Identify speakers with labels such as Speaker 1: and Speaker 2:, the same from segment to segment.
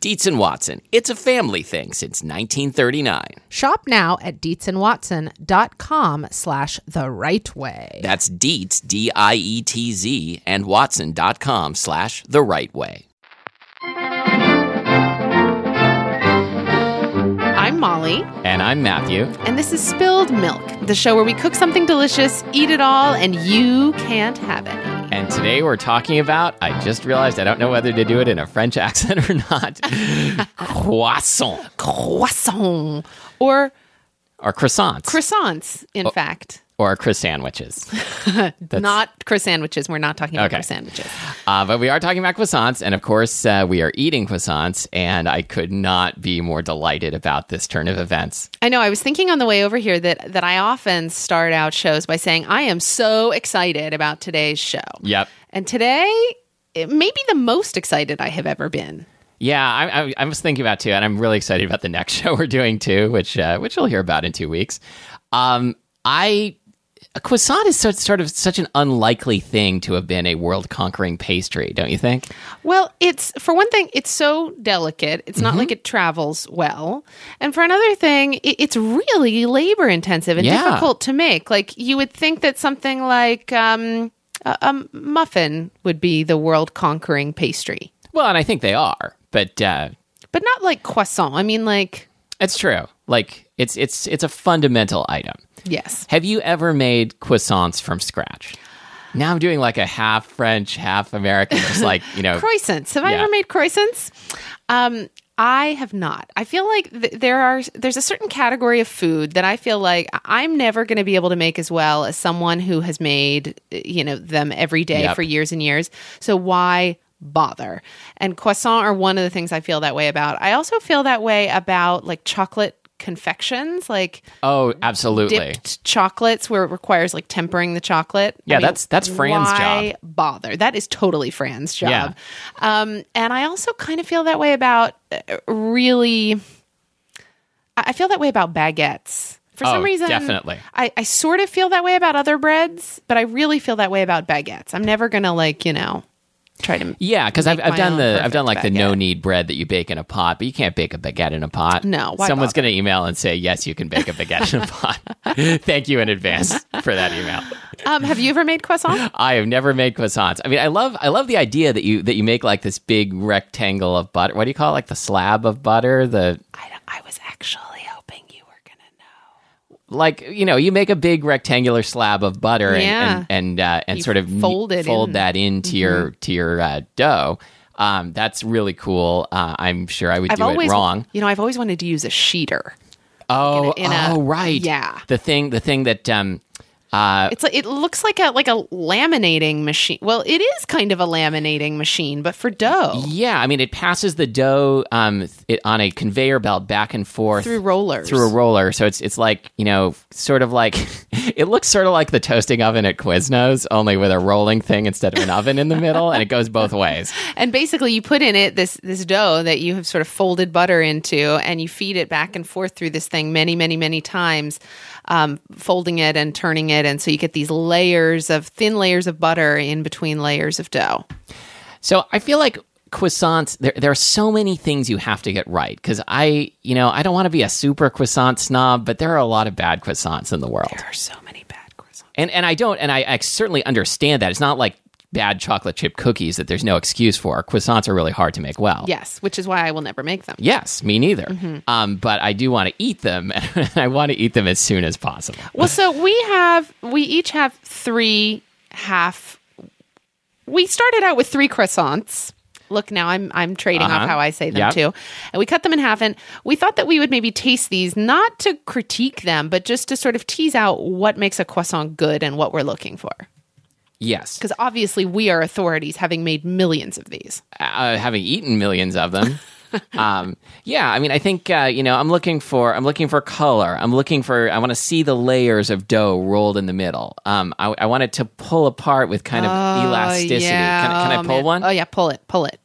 Speaker 1: Dietz and Watson, it's a family thing since 1939.
Speaker 2: Shop now at DietzandWatson.com slash the right way.
Speaker 1: That's Dietz, D I E T Z, and Watson.com slash the right way.
Speaker 2: I'm Molly,
Speaker 1: And I'm Matthew.
Speaker 2: and this is Spilled Milk, the show where we cook something delicious, eat it all, and you can't have any.
Speaker 1: And today we're talking about, I just realized I don't know whether to do it in a French accent or not, croissant
Speaker 2: Croissant. Or
Speaker 1: or croissants
Speaker 2: croissants, in fact.
Speaker 1: or croissant sandwiches.
Speaker 2: Not croissant sandwiches. We're not talking about
Speaker 1: Okay.
Speaker 2: croissant sandwiches.
Speaker 1: Uh, but we are talking about croissants, and of course, uh, we are eating croissants, and I could not be more delighted about this turn of events.
Speaker 2: I know. I was thinking on the way over here that that I often start out shows by saying I am so excited about today's show.
Speaker 1: Yep.
Speaker 2: And today, it may be the most excited I have ever been.
Speaker 1: Yeah, I, I, I was thinking about too, and I'm really excited about the next show we're doing too, which uh, which you'll hear about in two weeks. Um, I a croissant is such, sort of such an unlikely thing to have been a world conquering pastry, don't you think?
Speaker 2: Well, it's for one thing, it's so delicate. It's not like it travels well. And for another thing, it, it's really labor intensive and
Speaker 1: Yeah.
Speaker 2: difficult to make. Like you would think that something like um, a, a muffin would be the world conquering pastry,
Speaker 1: Well, and I think they are, but uh,
Speaker 2: but not like croissant. I mean, like
Speaker 1: it's true. Like it's it's it's a fundamental item.
Speaker 2: yes.
Speaker 1: Have you ever made croissants from scratch? Now I'm doing like a half French, half American, just like, you know,
Speaker 2: croissants. Have I
Speaker 1: Yeah.
Speaker 2: ever made croissants? Um, I have not. I feel like th- there are there's a certain category of food that I feel like I'm never going to be able to make as well as someone who has made uh, you know them every day
Speaker 1: Yep.
Speaker 2: for years and years. So why bother? And croissants are one of the things I feel that way about. I also feel that way about like chocolate confections, like
Speaker 1: oh, absolutely.
Speaker 2: dipped chocolates where it requires like tempering the chocolate.
Speaker 1: Yeah, that's- that's Fran's
Speaker 2: why
Speaker 1: job.
Speaker 2: Bother. That is totally Fran's job. Um, and I also kind of feel that way about uh, really. I I feel that way about baguettes. For some
Speaker 1: Oh,
Speaker 2: reason,
Speaker 1: definitely.
Speaker 2: I, I sort of feel that way about other breads, but I really feel that way about baguettes. I'm never gonna like you know try to
Speaker 1: Yeah, because I've,
Speaker 2: Make
Speaker 1: I've
Speaker 2: my
Speaker 1: done
Speaker 2: own
Speaker 1: the I've done like
Speaker 2: perfect
Speaker 1: the
Speaker 2: baguette.
Speaker 1: no need bread that you bake in a pot, but you can't bake a baguette in a pot.
Speaker 2: No, why
Speaker 1: someone's going to email and say yes, you can bake a baguette in a pot. Thank you in advance for that email.
Speaker 2: Um, have you ever made croissant?
Speaker 1: I have never made croissants. I mean, I love I love the idea that you that you make like this big rectangle of butter. What do you call it? Like the slab of butter. The
Speaker 2: I, don't- I was actually hoping you were gonna know.
Speaker 1: like you know you make a big rectangular slab of butter and
Speaker 2: Yeah.
Speaker 1: and and, uh, and
Speaker 2: You
Speaker 1: sort of ne-
Speaker 2: fold it
Speaker 1: fold
Speaker 2: in. Mm-hmm.
Speaker 1: that into your to your uh, dough. Um, that's really cool. Uh, I'm sure I would
Speaker 2: I've
Speaker 1: do
Speaker 2: always
Speaker 1: it wrong.
Speaker 2: You know, I've always wanted to use a sheeter.
Speaker 1: Oh,
Speaker 2: in a-
Speaker 1: oh, right.
Speaker 2: yeah.
Speaker 1: The thing, the thing that, um,
Speaker 2: It's like it looks like a like a laminating machine. Well, it is kind of a laminating machine, but for dough
Speaker 1: yeah, I mean, it passes the dough, um, it on a conveyor belt back and forth
Speaker 2: through rollers.
Speaker 1: through a roller. So it's it's like you know, sort of like it looks sort of like the toasting oven at Quiznos, only with a rolling thing instead of an oven in the middle, and it goes both ways.
Speaker 2: and basically, you put in it this this dough that you have sort of folded butter into, and you feed it back and forth through this thing many, many, many times, um, folding it and turning it, and so you get these layers of thin layers of butter in between layers of dough.
Speaker 1: So I feel like croissants. There, there are so many things you have to get right because I, you know, I don't want to be a super croissant snob, but there are a lot of bad croissants in the world.
Speaker 2: There are so many bad croissant.
Speaker 1: And and I don't and I, I certainly understand that. It's not like bad chocolate chip cookies that there's no excuse for. Croissants are really hard to make well.
Speaker 2: Yes, which is why I will never make them.
Speaker 1: Yes, me neither. Um, but I do want to eat them, and I want to eat them as soon as possible.
Speaker 2: Well, so we have we each have three half. We started out with three croissants. Look, now I'm I'm trading
Speaker 1: Uh-huh.
Speaker 2: off how I say them
Speaker 1: Yep.
Speaker 2: too, and we cut them in half. And we thought that we would maybe taste these, not to critique them, but just to sort of tease out what makes a croissant good and what we're looking for.
Speaker 1: Yes,
Speaker 2: Because obviously we are authorities, having made millions of these.
Speaker 1: uh, having eaten millions of them. um, yeah, I mean, I think uh, you know, I'm looking for I'm looking for color. I'm looking for I want to see the layers of dough rolled in the middle. Um, I, I want it to pull apart with kind of elasticity. Can, can I
Speaker 2: Oh,
Speaker 1: pull
Speaker 2: man.
Speaker 1: one?
Speaker 2: Oh yeah, pull it, pull it.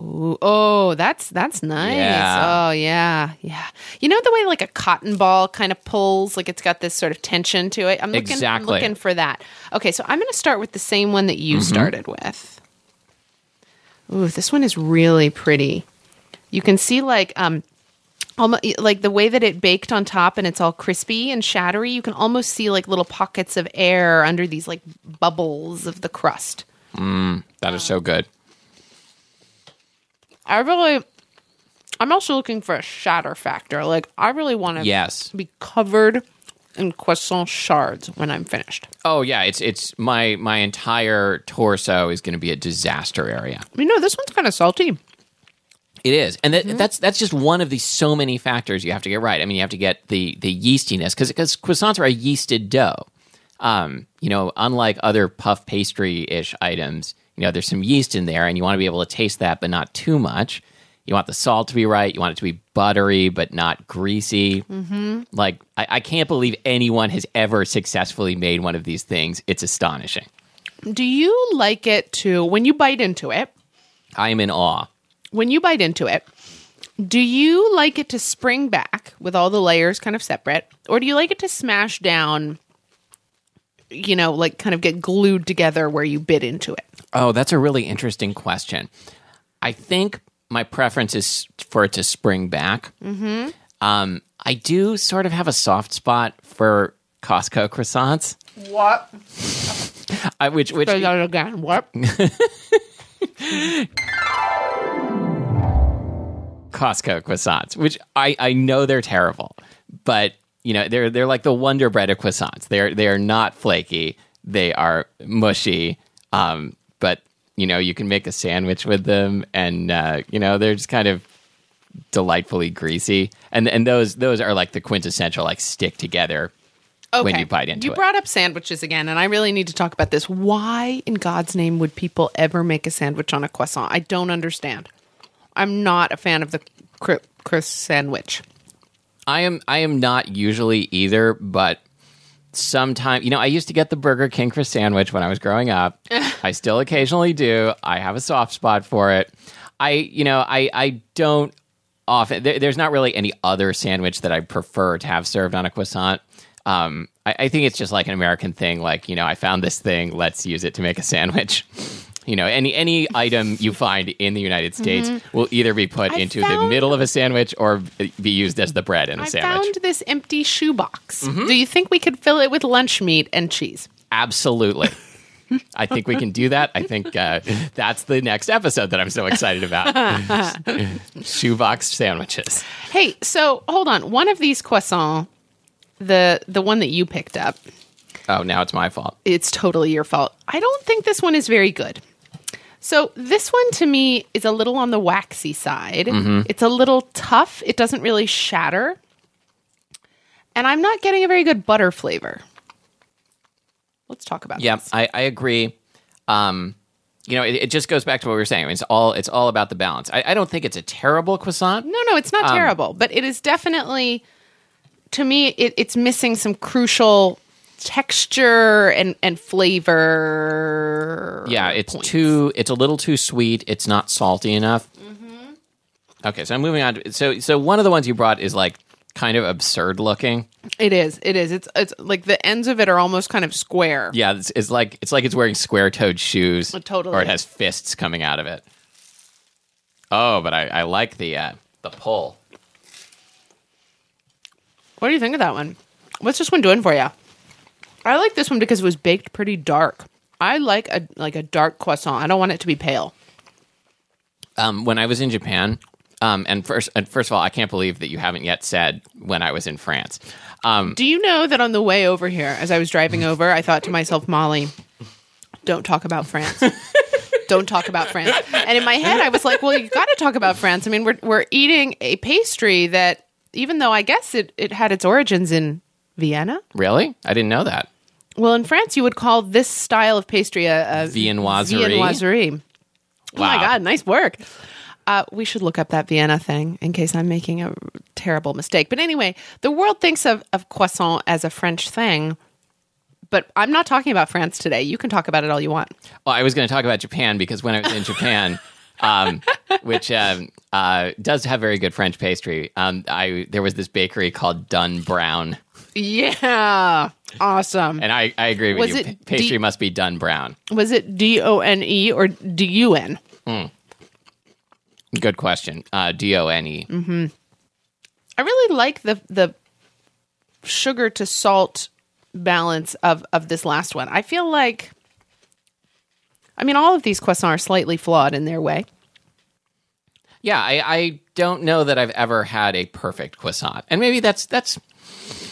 Speaker 2: Ooh, oh, that's that's nice.
Speaker 1: Yeah.
Speaker 2: Oh yeah, yeah. You know the way like a cotton ball kind of pulls, like it's got this sort of tension to it. I'm looking, I'm
Speaker 1: Exactly. Mm-hmm.
Speaker 2: looking for that. Okay, so I'm going to start with the same one that you started with. Ooh, this one is really pretty. You can see like um, almost like the way that it baked on top and it's all crispy and shattery you can almost see like little pockets of air under these like bubbles of the crust
Speaker 1: That is so good.
Speaker 2: i really i'm also looking for a shatter factor like i really want to
Speaker 1: Yes.
Speaker 2: be covered in croissant shards when i'm finished
Speaker 1: Oh yeah, it's it's my my entire torso is going to be a disaster area.
Speaker 2: you know this one's kind of salty
Speaker 1: It is, and that, that's that's just one of the so many factors you have to get right. I mean, you have to get the the yeastiness because croissants are a yeasted dough. Um, you know, unlike other puff pastry ish items, you know, there's some yeast in there, and you want to be able to taste that, but not too much. You want the salt to be right. You want it to be buttery, but not greasy. Mm-hmm. Like I, I can't believe anyone has ever successfully made one of these things. It's astonishing.
Speaker 2: do you like it to when you bite into it
Speaker 1: I am in awe.
Speaker 2: when you bite into it, do you like it to spring back with all the layers kind of separate, or do you like it to smash down? You know, like kind of get glued together where you bit into it.
Speaker 1: Oh, that's a really interesting question. I think my preference is for it to spring back. Mm-hmm. Um, I do sort of have a soft spot for Costco croissants,
Speaker 2: What?
Speaker 1: I, which which
Speaker 2: Say that again. What?
Speaker 1: Costco croissants, which I, I know they're terrible, but you know they're they're like the Wonder Bread of croissants. They're they are not flaky. They are mushy. Um, but you know you can make a sandwich with them, and uh, you know they're just kind of delightfully greasy. And and those those are like the quintessential like stick together.
Speaker 2: Okay.
Speaker 1: you bite into
Speaker 2: you
Speaker 1: it.
Speaker 2: brought up sandwiches again, and I really need to talk about this. Why in God's name would people ever make a sandwich on a croissant? I don't understand. I'm not a fan of the cri- crisp sandwich.
Speaker 1: I am I am not usually either, but sometimes you know I used to get the Burger King for sandwich when I was growing up. I still occasionally do. I have a soft spot for it. I you know I I don't often there, there's not really any other sandwich that I prefer to have served on a croissant. Um, I, I think it's just like an American thing. Like you know I found this thing. Let's use it to make a sandwich. You know, any any item you find in the United States will either be put
Speaker 2: Mm-hmm. I
Speaker 1: into the
Speaker 2: found-
Speaker 1: middle of a sandwich or be used as the bread in a
Speaker 2: I
Speaker 1: sandwich.
Speaker 2: found this empty shoebox. Do you think we could fill it with lunch meat and cheese?
Speaker 1: Absolutely. I think we can do that. I think uh, that's the next episode that I'm so excited about. Shoebox sandwiches.
Speaker 2: Hey, so hold on. One of these croissants, the the one that you picked up,
Speaker 1: Oh, now it's my fault.
Speaker 2: it's totally your fault. I don't think this one is very good. So this one to me is a little on the waxy side.
Speaker 1: Mm-hmm.
Speaker 2: It's a little tough. It doesn't really shatter. And I'm not getting a very good butter flavor. Let's talk about
Speaker 1: Yeah,
Speaker 2: this.
Speaker 1: I, I agree. Um, you know, it, it just goes back to what we were saying. It's all it's all about the balance. I, I don't think it's a terrible croissant.
Speaker 2: No, no, it's not
Speaker 1: Um,
Speaker 2: terrible, but it is definitely to me it, it's missing some crucial texture and and flavor.
Speaker 1: Yeah, it's too. It's a little too sweet. It's not salty enough.
Speaker 2: Mm-hmm.
Speaker 1: Okay, so I'm moving on. To, so so one of the ones you brought is like kind of absurd looking.
Speaker 2: It is. It is. It's it's like the ends of it are almost kind of square.
Speaker 1: Yeah, it's, it's like it's like it's wearing square-toed shoes.
Speaker 2: Oh, totally.
Speaker 1: Or it has fists coming out of it. Oh, but I, I like the uh, the pull.
Speaker 2: What do you think of that one? What's this one doing for you? I like this one because it was baked pretty dark. I like a like a dark croissant. I don't want it to be pale.
Speaker 1: Um, when I was in Japan, um, and first, and first of all, I can't believe that you haven't yet said when I was in France. Um,
Speaker 2: Do you know that on the way over here, as I was driving over, I thought to myself, Molly, don't talk about France. don't talk about France. And in my head, I was like, well, you got to talk about France. I mean, we're, we're eating a pastry that, even though I guess it, it had its origins in Vienna,
Speaker 1: really? I didn't know that.
Speaker 2: well, in France, you would call this style of pastry a, a
Speaker 1: Viennoiserie?
Speaker 2: Viennoiserie. Oh
Speaker 1: Wow.
Speaker 2: my God, nice work. Uh, we should look up that Vienna thing in case I'm making a terrible mistake. But anyway, the world thinks of, of croissant as a French thing, but I'm not talking about France today. You can talk about it all you want.
Speaker 1: Well, I was going to talk about Japan because when I was in Japan, um, which um, uh, does have very good French pastry, um, I there was this bakery called Dun Brown,
Speaker 2: Yeah. Awesome.
Speaker 1: and I, I agree with
Speaker 2: Was
Speaker 1: you.
Speaker 2: it
Speaker 1: Pa-
Speaker 2: D-
Speaker 1: pastry must be Dun Brown.
Speaker 2: Was it D O N E or D U N?
Speaker 1: Good question. Uh, D O N E.
Speaker 2: Mm-hmm. I really like the the sugar to salt balance of of this last one. I feel like I mean all of these croissants are slightly flawed in their way.
Speaker 1: Yeah, I, I don't know that I've ever had a perfect croissant, and maybe that's that's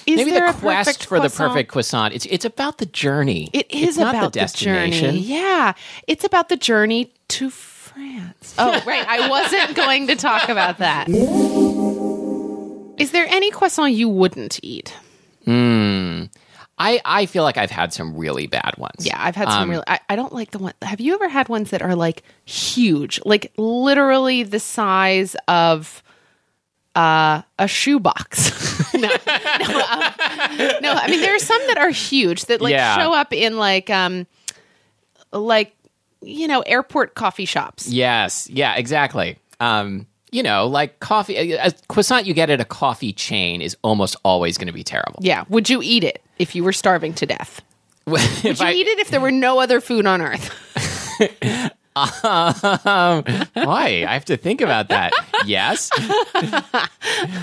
Speaker 2: Is
Speaker 1: maybe
Speaker 2: there
Speaker 1: the
Speaker 2: a perfect
Speaker 1: quest for the
Speaker 2: croissant?
Speaker 1: perfect croissant. It's it's about the journey.
Speaker 2: It is
Speaker 1: It's not
Speaker 2: about
Speaker 1: the
Speaker 2: the,
Speaker 1: destination.
Speaker 2: journey. Yeah, it's about the journey to France. Oh, right. I wasn't going to talk about that. Is there any croissant you wouldn't eat?
Speaker 1: I I feel like I've had some really bad ones.
Speaker 2: Yeah, I've had some
Speaker 1: Um,
Speaker 2: real. I, I don't like the one. Have you ever had ones that are like huge, like literally the size of uh, a shoebox? no, no, um, no. I mean, there are some that are huge that like
Speaker 1: Yeah.
Speaker 2: show up in like, um, like you know, airport coffee shops.
Speaker 1: Yes. Yeah, exactly. Um, you know, like coffee, uh, a a croissant you get at a coffee chain is almost always going to be terrible.
Speaker 2: Yeah. Would you eat it if you were starving to death?
Speaker 1: if
Speaker 2: Would you eat it if there were no other food on earth?
Speaker 1: Why? I have to think about that. yes.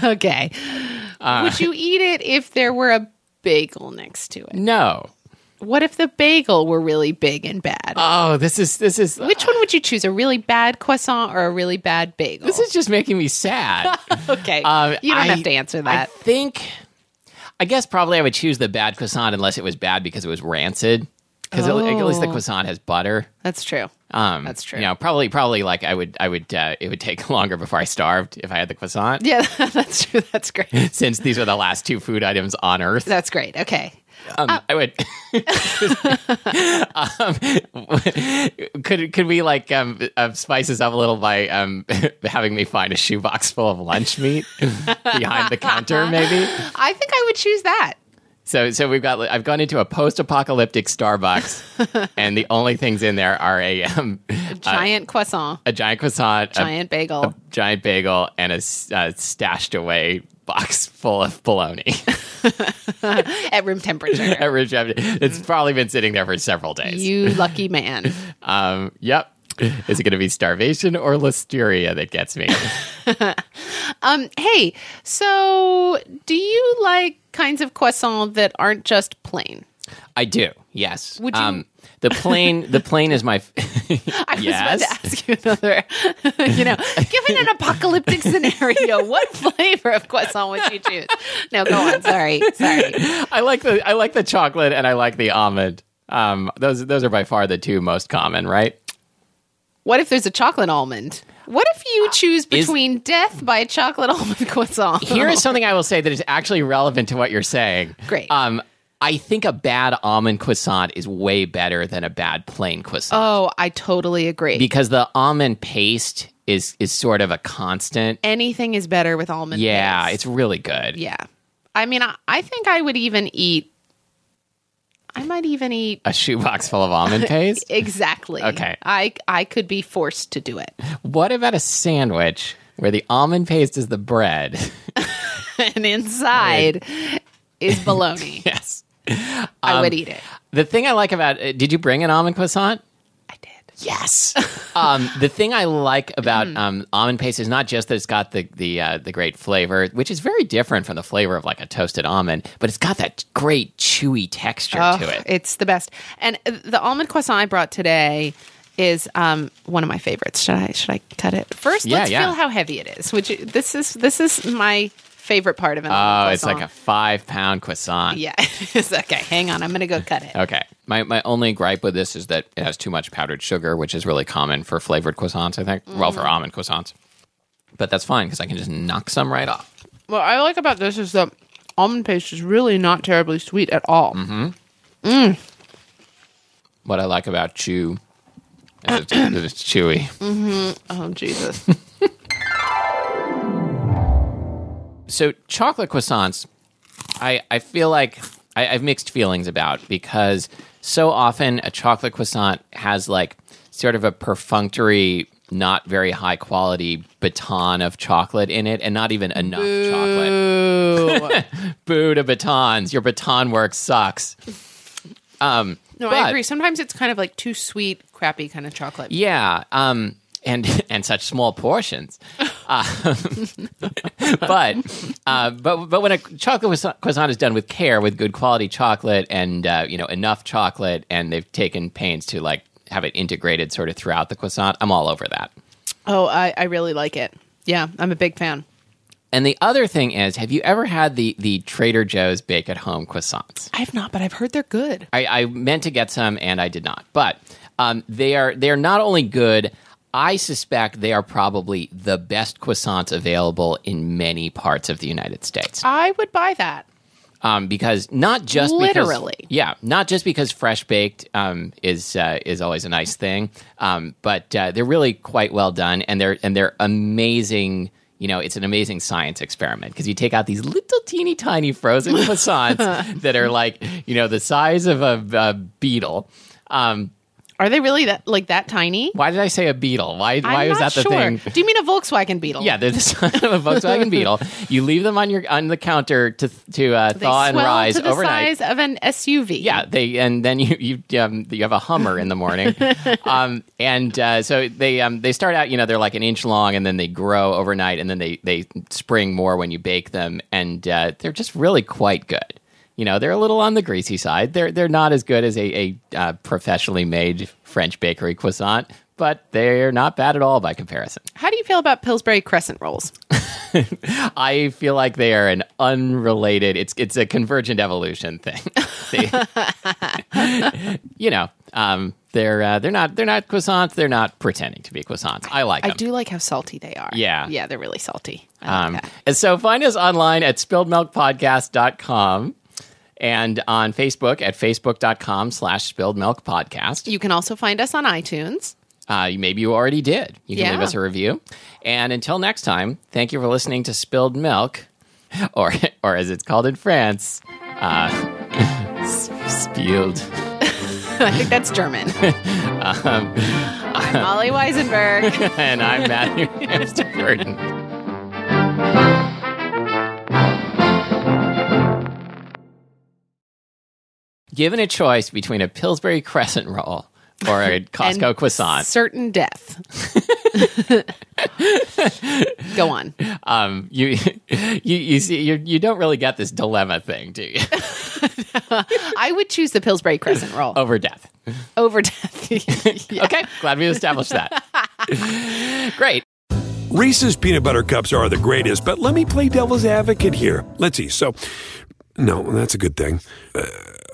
Speaker 2: okay.
Speaker 1: Uh,
Speaker 2: Would you eat it if there were a bagel next to it?
Speaker 1: No.
Speaker 2: What if the bagel were really big and bad?
Speaker 1: Oh, this is this is
Speaker 2: Which one would you choose? A really bad croissant or a really bad bagel?
Speaker 1: this is just making me sad.
Speaker 2: okay.
Speaker 1: Um,
Speaker 2: you don't
Speaker 1: I-
Speaker 2: have to answer that.
Speaker 1: I think. I guess probably I would choose the bad croissant unless it was bad because it was rancid. Because at least the
Speaker 2: Oh.
Speaker 1: croissant has butter.
Speaker 2: That's true.
Speaker 1: Um,
Speaker 2: That's true.
Speaker 1: You know, probably, probably like I would, I would, uh, it would take longer before I starved if I had the croissant.
Speaker 2: yeah, that's true. That's great.
Speaker 1: Since these were the last two food items on Earth,
Speaker 2: That's great. Okay.
Speaker 1: um,
Speaker 2: Uh,
Speaker 1: I would. um, could could we like um, uh, spice this up a little by um, having me find a shoebox full of lunch meat behind the counter, maybe?
Speaker 2: I think I would choose that.
Speaker 1: So so we've got I've gone into a post-apocalyptic Starbucks, and the only things in there are a um,
Speaker 2: Giant croissant,
Speaker 1: a giant croissant, a
Speaker 2: giant bagel.
Speaker 1: giant bagel and a s- uh, stashed away box full of bologna uh,
Speaker 2: at room temperature.
Speaker 1: at Ridge Avenue. It's probably been sitting there for several days.
Speaker 2: you lucky man.
Speaker 1: um, yep. Is it going to be starvation or listeria that gets me?
Speaker 2: Um, hey, so do you like kinds of croissant that aren't just plain?
Speaker 1: I do. Yes. Um,
Speaker 2: Would you-
Speaker 1: the plane. The plane is my. f-
Speaker 2: I was
Speaker 1: Yes.
Speaker 2: about to ask you another. you know, given an apocalyptic scenario, what flavor of croissant would you choose? No, go on. Sorry, sorry.
Speaker 1: I like the. I like the chocolate and I like the almond. Um, those those are by far the two most common, right?
Speaker 2: What if there's a chocolate almond? What if you choose between death by a chocolate almond croissant?
Speaker 1: Here is something I will say that is actually relevant to what you're saying.
Speaker 2: Great.
Speaker 1: Um, I think a bad almond croissant is way better than a bad plain croissant
Speaker 2: oh, I totally agree.
Speaker 1: because the almond paste is is sort of a constant.
Speaker 2: Anything is better with almond.
Speaker 1: Yeah,
Speaker 2: base.
Speaker 1: it's really good.
Speaker 2: yeah. I mean, I, I think I would even eat. I might even eat
Speaker 1: A shoebox full of almond paste.
Speaker 2: exactly.
Speaker 1: Okay.
Speaker 2: I I could be forced to do it.
Speaker 1: what about a sandwich where the almond paste is the bread?
Speaker 2: and inside is bologna.
Speaker 1: yes.
Speaker 2: I would eat it.
Speaker 1: Um, The thing I like about uh, did you bring an almond croissant?
Speaker 2: I did.
Speaker 1: Yes. um, the thing I like about
Speaker 2: Mm.
Speaker 1: um, almond paste is not just that it's got the the uh, the great flavor, which is very different from the flavor of like a toasted almond, but it's got that great chewy texture to
Speaker 2: Oh,
Speaker 1: it.
Speaker 2: It's the best. And uh, the almond croissant I brought today is um, one of my favorites. Should I should I cut it first?
Speaker 1: Yeah,
Speaker 2: let's
Speaker 1: yeah.
Speaker 2: feel how heavy it is. Which this is this is my favorite part of an
Speaker 1: Oh,
Speaker 2: almond
Speaker 1: it's like a
Speaker 2: croissant.
Speaker 1: five pound croissant.
Speaker 2: yeah. It's okay, hang on. I'm gonna go cut it.
Speaker 1: Okay. My my only gripe with this is that it has too much powdered sugar, which is really common for flavored croissants, I think. Well,
Speaker 2: Mm.
Speaker 1: for almond croissants. But that's fine because I can just knock some right off.
Speaker 2: What I like about this is that almond paste is really not terribly sweet at all.
Speaker 1: Mm-hmm. What I like about chew is it's, that it's chewy.
Speaker 2: Oh Jesus.
Speaker 1: so chocolate croissants, I, I feel like I, I've mixed feelings about because so often a chocolate croissant has like sort of a perfunctory, not very high quality baton of chocolate in it, and not even enough chocolate. Boo to batons! Your baton work sucks.
Speaker 2: No,
Speaker 1: But-
Speaker 2: I agree. Sometimes it's kind of like too sweet, crappy kind of chocolate.
Speaker 1: Yeah, um, and and such small portions. Um, but uh, but but when a chocolate croissant- croissant is done with care, with good quality chocolate, and uh, you know enough chocolate, and they've taken pains to like have it integrated sort of throughout the croissant, I'm all over that.
Speaker 2: Oh, I, I really like it. Yeah, I'm a big fan.
Speaker 1: And the other thing is, have you ever had the the Trader Joe's bake at home croissants?
Speaker 2: I have not, but I've heard they're good.
Speaker 1: I, I meant to get some and I did not. But um, they are they are not only good. I suspect they are probably the best croissants available in many parts of the United States.
Speaker 2: I would buy that.
Speaker 1: Um, because not just because-
Speaker 2: Literally.
Speaker 1: yeah, not just because fresh baked um, is uh, is always a nice thing, um, but uh, they're really quite well done and they're and they're amazing. You know, it's an amazing science experiment because you take out these little teeny tiny frozen croissants that are like you know the size of a, a beetle. Um,
Speaker 2: Are they really that like that tiny?
Speaker 1: why did I say a beetle? Why why
Speaker 2: I'm
Speaker 1: was
Speaker 2: not
Speaker 1: that the
Speaker 2: sure.
Speaker 1: thing?
Speaker 2: Do you mean a Volkswagen Beetle?
Speaker 1: Yeah, they're the size of a Volkswagen Beetle. You leave them on your on the counter to to uh,
Speaker 2: they
Speaker 1: thaw and
Speaker 2: swell
Speaker 1: rise
Speaker 2: to the
Speaker 1: overnight.
Speaker 2: size of an SUV.
Speaker 1: Yeah, they and then you you um, you have a Hummer in the morning, um, and uh, so they um, they start out you know they're like an inch long and then they grow overnight and then they they spring more when you bake them and uh, they're just really quite good. You know they're a little on the greasy side. They're they're not as good as a, a uh, professionally made French bakery croissant, but they're not bad at all by comparison.
Speaker 2: How do you feel about Pillsbury crescent rolls?
Speaker 1: I feel like they are an unrelated. It's it's a convergent evolution thing. They- you know, um, they're uh, they're not they're not croissants. They're not pretending to be croissants. I like
Speaker 2: I
Speaker 1: them.
Speaker 2: do like how salty they are.
Speaker 1: Yeah.
Speaker 2: Yeah, they're really salty. I
Speaker 1: Um,
Speaker 2: like that.
Speaker 1: and so find us online at spilledmilkpodcast.com and on Facebook at facebook.com slash spilledmilkpodcast.
Speaker 2: You can also find us on iTunes.
Speaker 1: Uh, you- maybe you already did. You can
Speaker 2: Yeah.
Speaker 1: leave us a review. And until next time, thank you for listening to Spilled Milk, or or as it's called in France, uh, s- Spilled.
Speaker 2: I think that's German.
Speaker 1: Um,
Speaker 2: I'm Molly Weisenberg.
Speaker 1: And I'm Matthew Hamster Burton. Given a choice between a Pillsbury crescent roll or a
Speaker 2: and
Speaker 1: Costco croissant,
Speaker 2: Certain death. Go on.
Speaker 1: um, you you you see you you don't really get this dilemma thing, do you?
Speaker 2: I would choose the Pillsbury Crescent roll
Speaker 1: Over death.
Speaker 2: over death. Yeah.
Speaker 1: Okay, glad we established that. Great.
Speaker 3: Reese's peanut butter cups are the greatest, but let me play devil's advocate here. Let's see. So, no, that's a good thing. Uh,